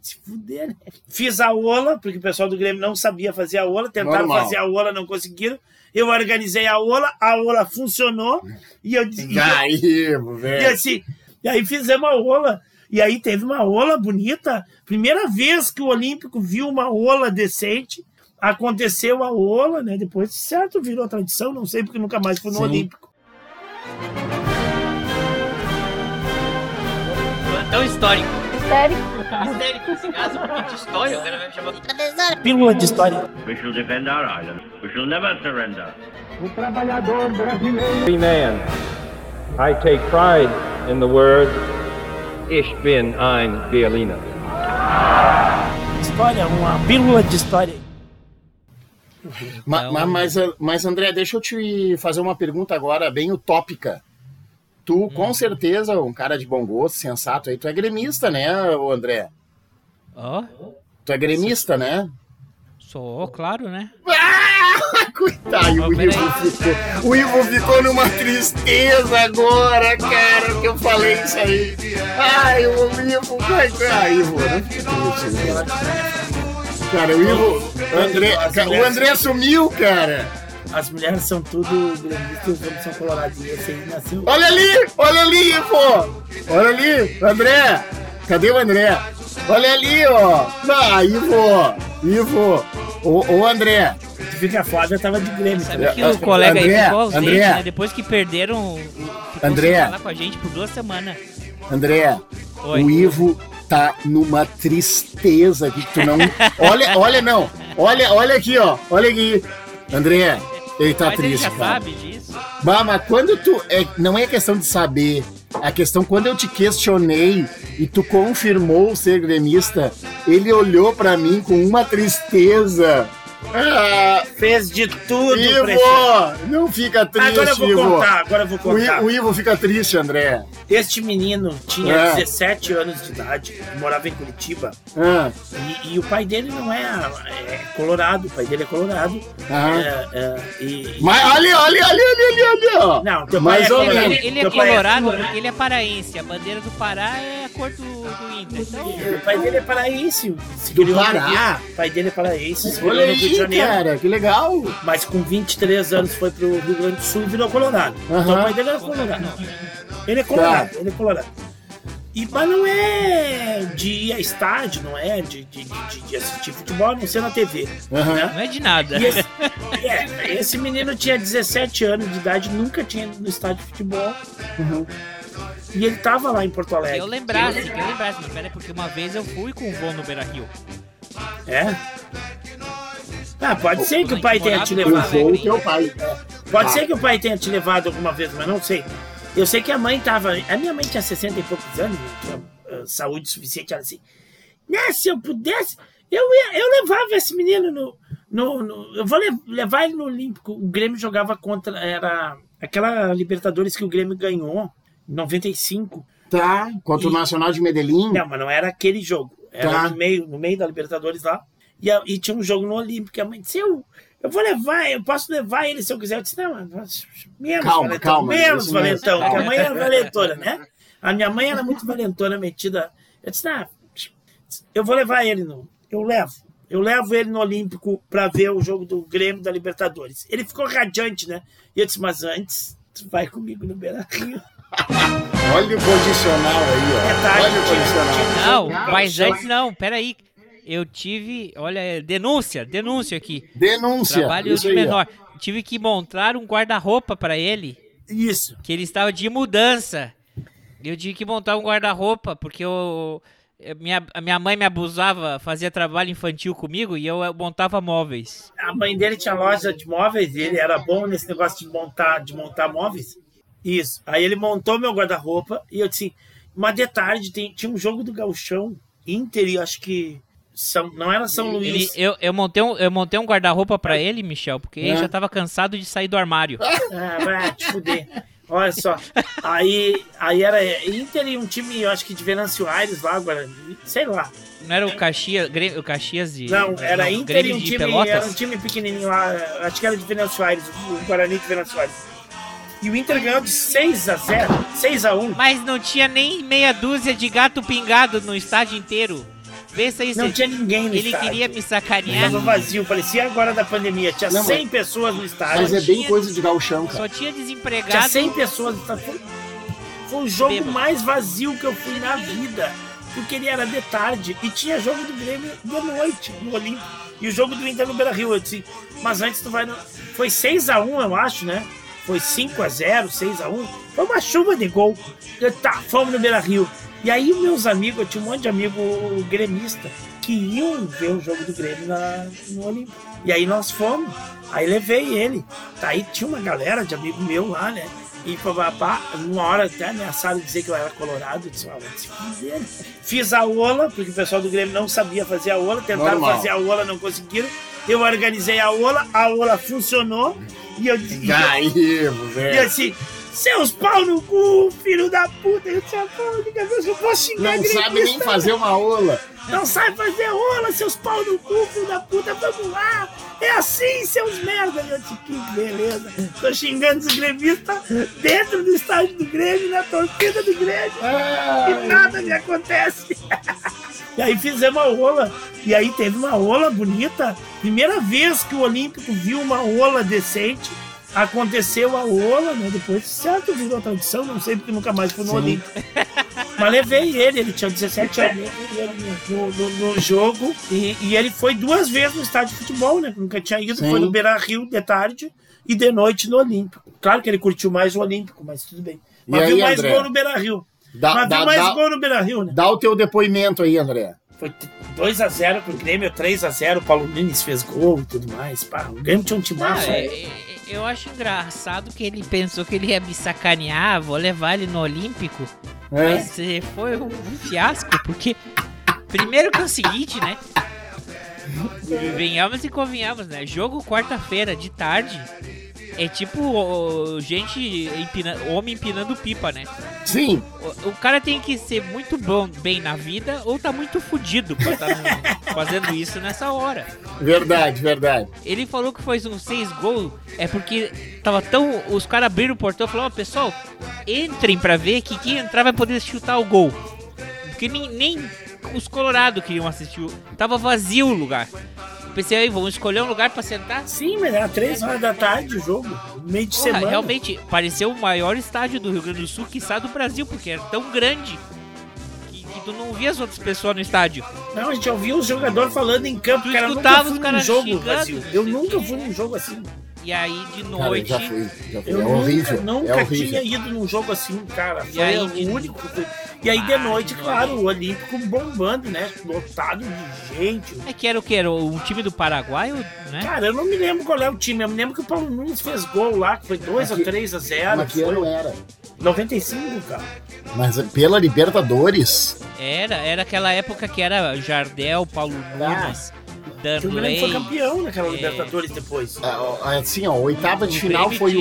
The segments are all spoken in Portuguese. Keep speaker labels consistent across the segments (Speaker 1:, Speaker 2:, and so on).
Speaker 1: Se fuder, né? Fiz a ola, porque o pessoal do Grêmio não sabia fazer a ola, tentaram
Speaker 2: Normal.
Speaker 1: fazer a ola, não conseguiram. Eu organizei a ola, a ola funcionou, e eu, e eu-
Speaker 2: Daí,
Speaker 1: e
Speaker 2: velho.
Speaker 1: assim, e aí fizemos a ola. E aí teve uma ola bonita. Primeira vez que o Olímpico viu uma ola decente. Aconteceu a ola, né? Depois, certo, virou tradição, não sei porque nunca mais foi no
Speaker 2: Sim.
Speaker 1: Olímpico.
Speaker 3: é Tão histórico.
Speaker 4: Sério?
Speaker 3: Histérico nesse caso, porque de história o cara vai me chamar.
Speaker 1: Pílula de história.
Speaker 5: We shall defend our island. We shall never surrender.
Speaker 6: free man. I take pride in the word Ich bin ein Berliner.
Speaker 1: História, uma pílula de história.
Speaker 2: Ma- ma- Mas, mas, André, deixa eu te fazer uma pergunta agora, bem utópica. Tu, com certeza, um cara de bom gosto, sensato aí. Tu é gremista, né, ô André?
Speaker 7: Ó,
Speaker 2: Tu é gremista, né?
Speaker 7: sou, claro, né?
Speaker 2: Ah, Coitado, o Ivo ficou. O Ivo ficou numa tristeza agora, cara, que eu falei isso aí. Ai, o Ivo, coitado. Ai, Ivo, não fica triste, né? Cara, o Ivo. O André, ca- o André sumiu, cara.
Speaker 1: As mulheres são tudo gremistas e os homens são coloradinhos. Esse aí nasceu.
Speaker 2: Olha ali, olha ali, Ivo. Olha ali, André. Cadê o André? Olha ali, ó. Ah, Ivo, Ivo. Ô, ô André.
Speaker 1: Tu fica foda, eu tava de Grêmio.
Speaker 3: É,
Speaker 1: tá
Speaker 7: Sabe
Speaker 1: ligado?
Speaker 7: que o colega
Speaker 2: André,
Speaker 7: aí ficou ausente,
Speaker 2: André.
Speaker 7: né? Depois que perderam, ficou
Speaker 2: André.
Speaker 7: sem falar com a gente por duas semanas.
Speaker 2: André,
Speaker 7: Oi.
Speaker 2: o Ivo tá numa tristeza aqui que tu não. Olha, olha não. Olha, olha aqui, ó. Olha aqui. André, ele tá
Speaker 7: Mas ele
Speaker 2: triste,
Speaker 7: já
Speaker 2: cara.
Speaker 7: sabe disso.
Speaker 2: Bah, mas quando tu. É, não é questão de saber. A questão, quando eu te questionei e tu confirmou ser gremista, ele olhou pra mim com uma tristeza. Ah,
Speaker 1: Fez de tudo pra esse-
Speaker 2: Ivo! Não fica triste,
Speaker 1: Agora eu vou
Speaker 2: Ivo.
Speaker 1: contar, agora eu vou
Speaker 2: O, I-
Speaker 1: contar.
Speaker 2: o Ivo fica triste, André.
Speaker 1: Este menino tinha
Speaker 2: É.
Speaker 1: 17 anos de idade, morava em Curitiba.
Speaker 2: Ah,
Speaker 1: E, e o pai dele não é, é colorado, o pai dele é colorado.
Speaker 2: aham.
Speaker 1: É, é, e- e-
Speaker 2: Mas olha, olha, olha, olha, olha, olha, ó.
Speaker 1: Não, teu
Speaker 2: Mais
Speaker 1: pai é
Speaker 2: ou
Speaker 1: Olha,
Speaker 7: Ele,
Speaker 2: menos.
Speaker 7: ele é
Speaker 1: teu pai é-
Speaker 7: colorado porque ele é paraense. A bandeira do Pará é a cor do, do Inter. Então,
Speaker 1: o pai dele é paraense. se
Speaker 2: Do
Speaker 1: criou no
Speaker 2: Pará?
Speaker 1: Rio- O pai dele é paraense, se
Speaker 2: Olha
Speaker 1: criou no Rio de
Speaker 2: aí,
Speaker 1: Janeiro.
Speaker 2: cara, que legal.
Speaker 1: Mas com 23 anos foi pro Rio Grande do Sul e virou colorado. Então o
Speaker 2: Aham. Tá.
Speaker 1: pai dele era colorado. Ele é colorado, ele é colorado. E, mas não é de ir a estádio, não é de, de- de- de- de assistir futebol, a não ser na TV.
Speaker 2: Aham.
Speaker 1: né?
Speaker 7: não é de nada.
Speaker 1: E esse, é, esse menino tinha 17 anos de idade, nunca tinha ido no estádio de futebol.
Speaker 2: Uhum.
Speaker 1: E ele tava lá em Porto
Speaker 7: Se eu
Speaker 1: Alegre.
Speaker 7: lembrasse, se eu lembrasse, mas peraí, porque uma vez eu fui com o voo no Beira Rio.
Speaker 1: É? Ah, pode ser que o pai tenha te
Speaker 2: Eu
Speaker 1: levado.
Speaker 2: sou o teu pai.
Speaker 1: Pode
Speaker 2: Ah.
Speaker 1: ser que o pai tenha te levado alguma vez, mas não sei. Eu sei que a mãe tava. A minha mãe tinha 60 e poucos anos, não tinha ah, saúde suficiente. Ela assim. Né, se eu pudesse, eu, ia, eu levava esse menino no. no, no- eu vou le- levar ele no Olímpico. O Grêmio jogava contra. Era aquela Libertadores que o Grêmio ganhou, em 95.
Speaker 2: Tá, contra o
Speaker 1: E-
Speaker 2: Nacional de Medellín.
Speaker 1: Não, mas não era aquele jogo. Era
Speaker 2: Tá.
Speaker 1: no, meio, no meio da Libertadores lá. E, a- e tinha um jogo no Olímpico. E a mãe disse: eu, eu vou levar, eu posso levar ele se eu quiser. Eu disse: Não, menos,
Speaker 2: Calma,
Speaker 1: valentão,
Speaker 2: calma,
Speaker 1: menos
Speaker 2: isso mesmo.
Speaker 1: valentão. Porque a mãe era valentona, né? A minha mãe era muito valentona, metida. Eu disse: Não, eu vou levar ele no. Eu levo. Eu levo ele no Olímpico para ver o jogo do Grêmio da Libertadores. Ele ficou radiante, né? E eu disse: Mas antes, tu vai comigo no Beira Rio.
Speaker 2: Olha o condicional aí, ó.
Speaker 1: Detalhe,
Speaker 2: Olha o condicional.
Speaker 7: Não,
Speaker 2: Não,
Speaker 7: mas
Speaker 2: chama-
Speaker 7: antes não, peraí. Eu tive, olha, denúncia, denúncia aqui.
Speaker 2: Denúncia.
Speaker 7: Trabalho
Speaker 2: Isso
Speaker 7: de
Speaker 2: aí, ó.
Speaker 7: menor. Tive que montar um guarda-roupa pra ele,
Speaker 1: Isso.
Speaker 7: que ele estava de mudança. Eu tive que montar um guarda-roupa, porque eu, eu- minha, a minha mãe me abusava, fazia trabalho infantil comigo e eu eh, montava móveis.
Speaker 1: A mãe dele tinha loja de móveis, e ele era bom nesse negócio de montar, de montar móveis. Isso. Aí ele montou meu guarda-roupa e eu disse, mas de tarde tem- tinha um jogo do Gauchão, Inter e acho que São, não era São
Speaker 7: Ele-
Speaker 1: Luís.
Speaker 7: eu, eu montei um, eu montei um guarda-roupa pra ele, Michel, porque ele
Speaker 2: É.
Speaker 7: já tava cansado de sair do armário.
Speaker 1: Ah, vai te fuder. Olha só. Aí, aí era Inter e um time, eu acho que de Venâncio Aires lá, agora, sei lá.
Speaker 7: Não era o Caxias, Grê- o Caxias de
Speaker 1: Não, era Inter e
Speaker 7: Grêmio
Speaker 1: um
Speaker 7: de
Speaker 1: time, era um
Speaker 7: Pelotas?
Speaker 1: time pequenininho lá, acho que era de Venâncio Aires, o Guarani de Venâncio Aires. E o Inter ganhou de 6 a 0, 6 a 1.
Speaker 7: Mas não tinha nem meia dúzia de gato pingado no estádio inteiro. Pensa isso.
Speaker 1: Não tinha ninguém no
Speaker 7: Ele
Speaker 1: estádio.
Speaker 7: queria me sacanear.
Speaker 1: Tava vazio, parecia agora da pandemia. Tinha
Speaker 2: Não, mas-
Speaker 1: 100 pessoas no estádio.
Speaker 2: Mas é bem coisa de gauchão, cara.
Speaker 7: Só tinha
Speaker 1: Tinha
Speaker 7: desempregado.
Speaker 1: 100 pessoas. tá? Foi, foi o jogo
Speaker 7: Bêbado.
Speaker 1: mais vazio que eu fui na vida. Porque ele era de tarde e tinha jogo do Grêmio de noite no Olímpico. E o jogo do Inter no Beira Rio. Eu disse, mas antes tu vai. No... Foi 6x1, eu acho, né? Foi 5x0, 6x1. Foi uma chuva de gol. Eu, tá, fomos no Beira Rio. E aí, meus amigos, eu tinha um monte de amigo gremista que iam ver o jogo do Grêmio na, no Olímpico. E aí nós fomos. Aí levei ele. Tá, aí tinha uma galera de amigo meu lá, né? E papapá, uma hora até ameaçaram dizer que eu era colorado. Eu disse, ah, vai se fuder. Fiz a ola, porque o pessoal do Grêmio não sabia fazer a ola, tentaram
Speaker 2: Normal.
Speaker 1: fazer a ola, não conseguiram. Eu organizei a ola, a ola funcionou. E eu, e eu-
Speaker 2: Gaívo,
Speaker 1: e
Speaker 2: velho.
Speaker 1: assim, seus pau no cu, filho da puta, eu tinha pau de cabeça, eu vou xingar
Speaker 2: Não sabe nem
Speaker 1: gremista,
Speaker 2: fazer uma ola.
Speaker 1: Não sabe fazer rola, seus pau no cu, filho da puta, vamos lá. É assim, seus merda. Eu disse, que beleza. Tô xingando os gremistas dentro do estádio do Grêmio, na torcida do Grêmio e
Speaker 2: Ah,
Speaker 1: nada me acontece. e aí fizemos uma ola. E aí teve uma ola bonita. Primeira vez que o Olímpico viu uma ola decente. Aconteceu a ola, né? Depois, certo, virou a tradição, não sei porque nunca mais fui no
Speaker 2: Sim.
Speaker 1: Olímpico. Mas levei ele, ele tinha 17 anos no, no- no jogo. E, e ele foi duas vezes no estádio de futebol, né? Nunca tinha ido,
Speaker 2: Sim.
Speaker 1: foi no Beira Rio de tarde e de noite no Olímpico. Claro que ele curtiu mais o Olímpico, mas tudo bem.
Speaker 2: E
Speaker 1: Mas
Speaker 2: aí,
Speaker 1: viu mais
Speaker 2: André?
Speaker 1: gol no Beira Rio.
Speaker 2: dá,
Speaker 1: Mas
Speaker 2: dá,
Speaker 1: viu mais
Speaker 2: dá,
Speaker 1: gol no Beira Rio, né?
Speaker 2: dá o teu depoimento aí, André.
Speaker 1: Foi 2x0 pro Grêmio, 3x0, o Paulo Nunes fez gol e tudo mais. Pá, o Grêmio tinha um time
Speaker 7: Não,
Speaker 1: massa.
Speaker 7: é- é- eu acho engraçado que ele pensou que ele ia me sacanear, vou levar ele no Olímpico.
Speaker 2: É.
Speaker 7: Mas eh, foi um, um fiasco, porque. Primeiro que é o seguinte, né? Venhamos e convenhamos, né? Jogo quarta-feira de tarde. É tipo ô, ô, gente empina- homem empinando pipa, né?
Speaker 2: Sim,
Speaker 7: O, o cara tem que ser muito bom bem na vida ou tá muito fudido pra tá no- fazendo isso nessa hora.
Speaker 2: verdade, verdade.
Speaker 7: Ele falou que fez uns seis gols, é porque tava tão. Os caras abriram o portão e falaram, ó, pessoal, entrem pra ver que quem entrar vai poder chutar o gol. Porque nem, nem os colorados queriam assistir. o- Tava vazio o lugar. Pensei, aí, vamos escolher um lugar pra sentar?
Speaker 1: Sim, mas era 3 horas da tarde o jogo, meio de
Speaker 7: Porra,
Speaker 1: semana.
Speaker 7: realmente, pareceu o maior estádio do Rio Grande do Sul que está do Brasil, porque era tão grande que, que tu não via as outras pessoas no estádio.
Speaker 1: Não, a gente ouvia os jogadores falando em campo,
Speaker 7: Tu
Speaker 1: cara. Eu nunca
Speaker 7: escutava
Speaker 1: fui
Speaker 7: os
Speaker 1: num
Speaker 7: caras
Speaker 1: jogo
Speaker 7: xingando,
Speaker 1: vazio.
Speaker 7: não
Speaker 1: Eu
Speaker 7: sei o
Speaker 1: nunca
Speaker 7: quê.
Speaker 1: fui num jogo assim.
Speaker 7: E aí, de
Speaker 2: Cara, eu
Speaker 7: noite.
Speaker 2: já fui, já fui.
Speaker 1: Eu
Speaker 2: é
Speaker 1: nunca,
Speaker 2: horrível.
Speaker 1: nunca
Speaker 2: é horrível.
Speaker 1: tinha ido num jogo assim, cara.
Speaker 7: E
Speaker 1: Foi
Speaker 7: aí, de-
Speaker 1: o único. que- E aí, de
Speaker 7: Ah,
Speaker 1: noite,
Speaker 7: de
Speaker 1: claro, o Olímpico bombando, né? Lotado de gente.
Speaker 7: É que era o que? Era o time do Paraguai, né?
Speaker 1: Cara, eu não me lembro qual é o time. Eu me lembro que o Paulo Nunes fez gol lá, que foi 2
Speaker 2: Mas
Speaker 1: ou
Speaker 2: que-
Speaker 1: 3 a 0.
Speaker 2: Mas que ano
Speaker 1: Foi
Speaker 2: era?
Speaker 1: 95, cara.
Speaker 2: Mas pela Libertadores.
Speaker 7: Era, era aquela época que era Jardel, Paulo
Speaker 2: Ah,
Speaker 1: Tá.
Speaker 7: Nunes,
Speaker 1: Que o Grêmio
Speaker 7: Danley.
Speaker 1: foi campeão naquela
Speaker 7: é.
Speaker 1: Libertadores depois.
Speaker 2: Ah, Assim, ó,
Speaker 1: Um
Speaker 2: oitava de
Speaker 7: O
Speaker 2: final
Speaker 7: Grêmio
Speaker 2: foi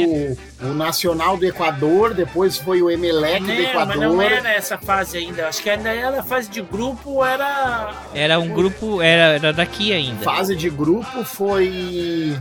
Speaker 2: o, o Nacional do Equador, depois foi o Emelec É do
Speaker 1: Né, mas não
Speaker 2: Equador.
Speaker 1: era essa fase ainda. Acho que ainda era a fase de grupo, era.
Speaker 7: Era um grupo, era, era daqui ainda.
Speaker 2: Fase de grupo foi.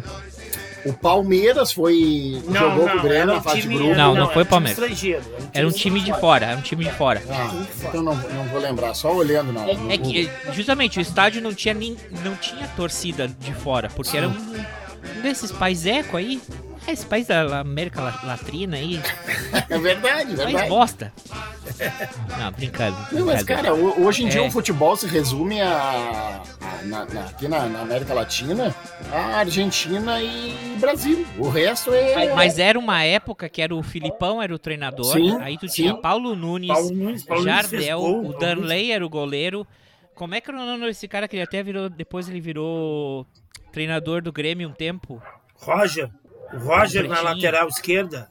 Speaker 2: O Palmeiras foi. jogou com o Grêmio na fase de grupo.
Speaker 7: Não, não
Speaker 1: era
Speaker 7: foi
Speaker 1: um time
Speaker 7: Palmeiras.
Speaker 1: Estrangeiro,
Speaker 7: Era um time de fora, era um time de fora.
Speaker 2: Ah, então não, não vou lembrar, só olhando na. no
Speaker 7: É
Speaker 2: Google.
Speaker 7: que justamente o estádio não tinha nem, não tinha torcida de fora, porque era um, um desses pais eco aí. É, esse país da La- América La- Latrina aí,
Speaker 2: É verdade,
Speaker 7: mais
Speaker 2: verdade.
Speaker 7: bosta. Não, brincando.
Speaker 2: Não, mas,
Speaker 7: brincando.
Speaker 2: cara, ho- hoje em dia
Speaker 7: É.
Speaker 2: o futebol se resume a. a- na- na- aqui na, na América Latina, a Argentina e Brasil. O resto é.
Speaker 7: Mas era uma época que era o Filipão era o treinador,
Speaker 2: Sim,
Speaker 7: aí tu tinha
Speaker 2: sim.
Speaker 7: Paulo Nunes,
Speaker 1: Paulo Nunes, Paulo Nunes fez
Speaker 7: Jardel,
Speaker 1: gol,
Speaker 7: o
Speaker 1: Paulo
Speaker 7: Danley era o goleiro. Como é que era o nome desse cara que ele até virou, depois ele virou treinador do Grêmio um tempo?
Speaker 1: Roger. O Roger
Speaker 7: Um
Speaker 1: na
Speaker 7: pretinho.
Speaker 1: lateral esquerda.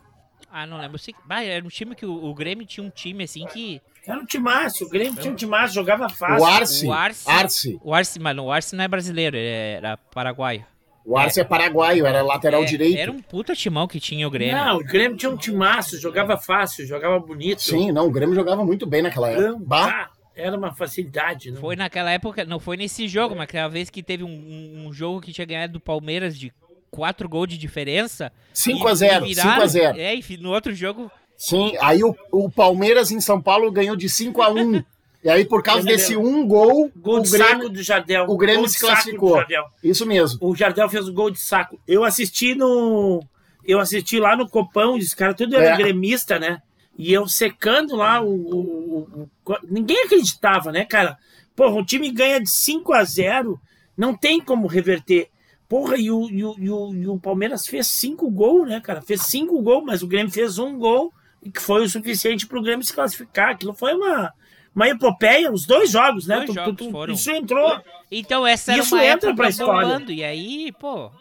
Speaker 7: Ah, não lembro. Eu sei que- Bah, era um time que o, o Grêmio tinha um time assim que
Speaker 1: Era um timaço. O Grêmio tinha um timaço, jogava
Speaker 2: O
Speaker 1: fácil.
Speaker 2: Arce.
Speaker 7: o Arce-
Speaker 2: Arce.
Speaker 7: o Arce, mano, o Arce não é brasileiro, ele era paraguaio.
Speaker 2: O Arce é, paraguaio, era lateral
Speaker 7: É,
Speaker 2: direito.
Speaker 7: Era um puta timão que tinha o Grêmio.
Speaker 1: Não, o Grêmio tinha um timaço, jogava fácil, jogava bonito.
Speaker 2: Sim, não, o Grêmio jogava muito bem naquela época.
Speaker 1: Então,
Speaker 2: Bah,
Speaker 1: pá, Era uma facilidade, né?
Speaker 7: Foi naquela época, não foi nesse jogo, mas aquela vez que teve um, um- um jogo que tinha ganhado do Palmeiras de 4 gols de diferença. e- e
Speaker 2: 5x0,
Speaker 7: viraram.
Speaker 2: 5x0.
Speaker 7: É, e fi- no outro jogo.
Speaker 2: Sim, aí o, o Palmeiras em São Paulo ganhou de 5x1. E aí, por causa
Speaker 1: Eu me
Speaker 2: desse um gol,
Speaker 1: Gol
Speaker 2: o
Speaker 1: de
Speaker 2: Grêmio,
Speaker 1: saco do Jardel.
Speaker 2: o Grêmio
Speaker 1: Gol de
Speaker 2: se
Speaker 1: saco do
Speaker 2: classificou.
Speaker 1: Jardel.
Speaker 2: Isso mesmo.
Speaker 1: O Jardel fez o gol de saco. Eu assisti no. Eu assisti lá no Copão, os caras tudo era
Speaker 2: É.
Speaker 1: gremista, né? E eu secando lá o, o- o- o- Ninguém acreditava, né, cara? Porra, um time ganha de 5 a 0 não tem como reverter. Porra, e o, e o- e o- e o Palmeiras fez cinco gols, né, cara? Fez cinco gols, mas o Grêmio fez um gol, e que foi o suficiente pro Grêmio se classificar. Aquilo foi uma, uma epopeia, os dois jogos, né?
Speaker 7: Dois jogos foram.
Speaker 1: Isso entrou.
Speaker 7: Então essa era
Speaker 1: Isso
Speaker 7: uma
Speaker 1: entra
Speaker 7: época
Speaker 1: pra história.
Speaker 7: bombando, e aí, pô,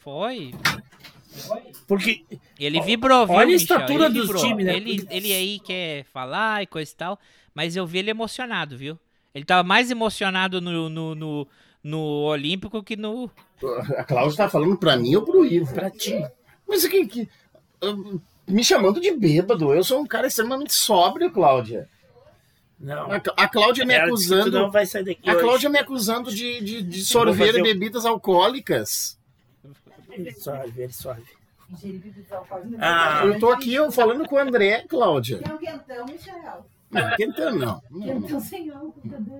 Speaker 7: foi.
Speaker 1: Porque
Speaker 7: Ele vibrou, viu,
Speaker 1: olha a
Speaker 7: Michel?
Speaker 1: estatura
Speaker 7: Ele
Speaker 1: dos
Speaker 7: vibrou.
Speaker 1: times, né?
Speaker 7: Ele, ele aí quer falar e coisa e tal, mas eu vi ele emocionado, viu? Ele tava mais emocionado no, no, no, no Olímpico que no...
Speaker 2: A Cláudia tá falando pra mim ou pro Ivo?
Speaker 1: Pra ti.
Speaker 2: Mas que, que eu- me chamando de bêbado. Eu sou um cara extremamente sóbrio, Cláudia.
Speaker 1: Não.
Speaker 2: A, a Cláudia me
Speaker 1: Ela disse que É, tu
Speaker 2: acusando.
Speaker 1: não vai sair daqui
Speaker 2: A
Speaker 1: hoje.
Speaker 2: Cláudia me acusando de, de, de
Speaker 1: Vou fazer
Speaker 2: sorver
Speaker 1: um-
Speaker 2: bebidas alcoólicas.
Speaker 1: Ele sorve, ele sorve. Ah,
Speaker 2: Eu tô aqui eu, falando com o André, Cláudia.
Speaker 4: Não, quentão, Michel.
Speaker 2: Não, tentando não. não, não.
Speaker 4: Quentão um sem álcool, tá cadê?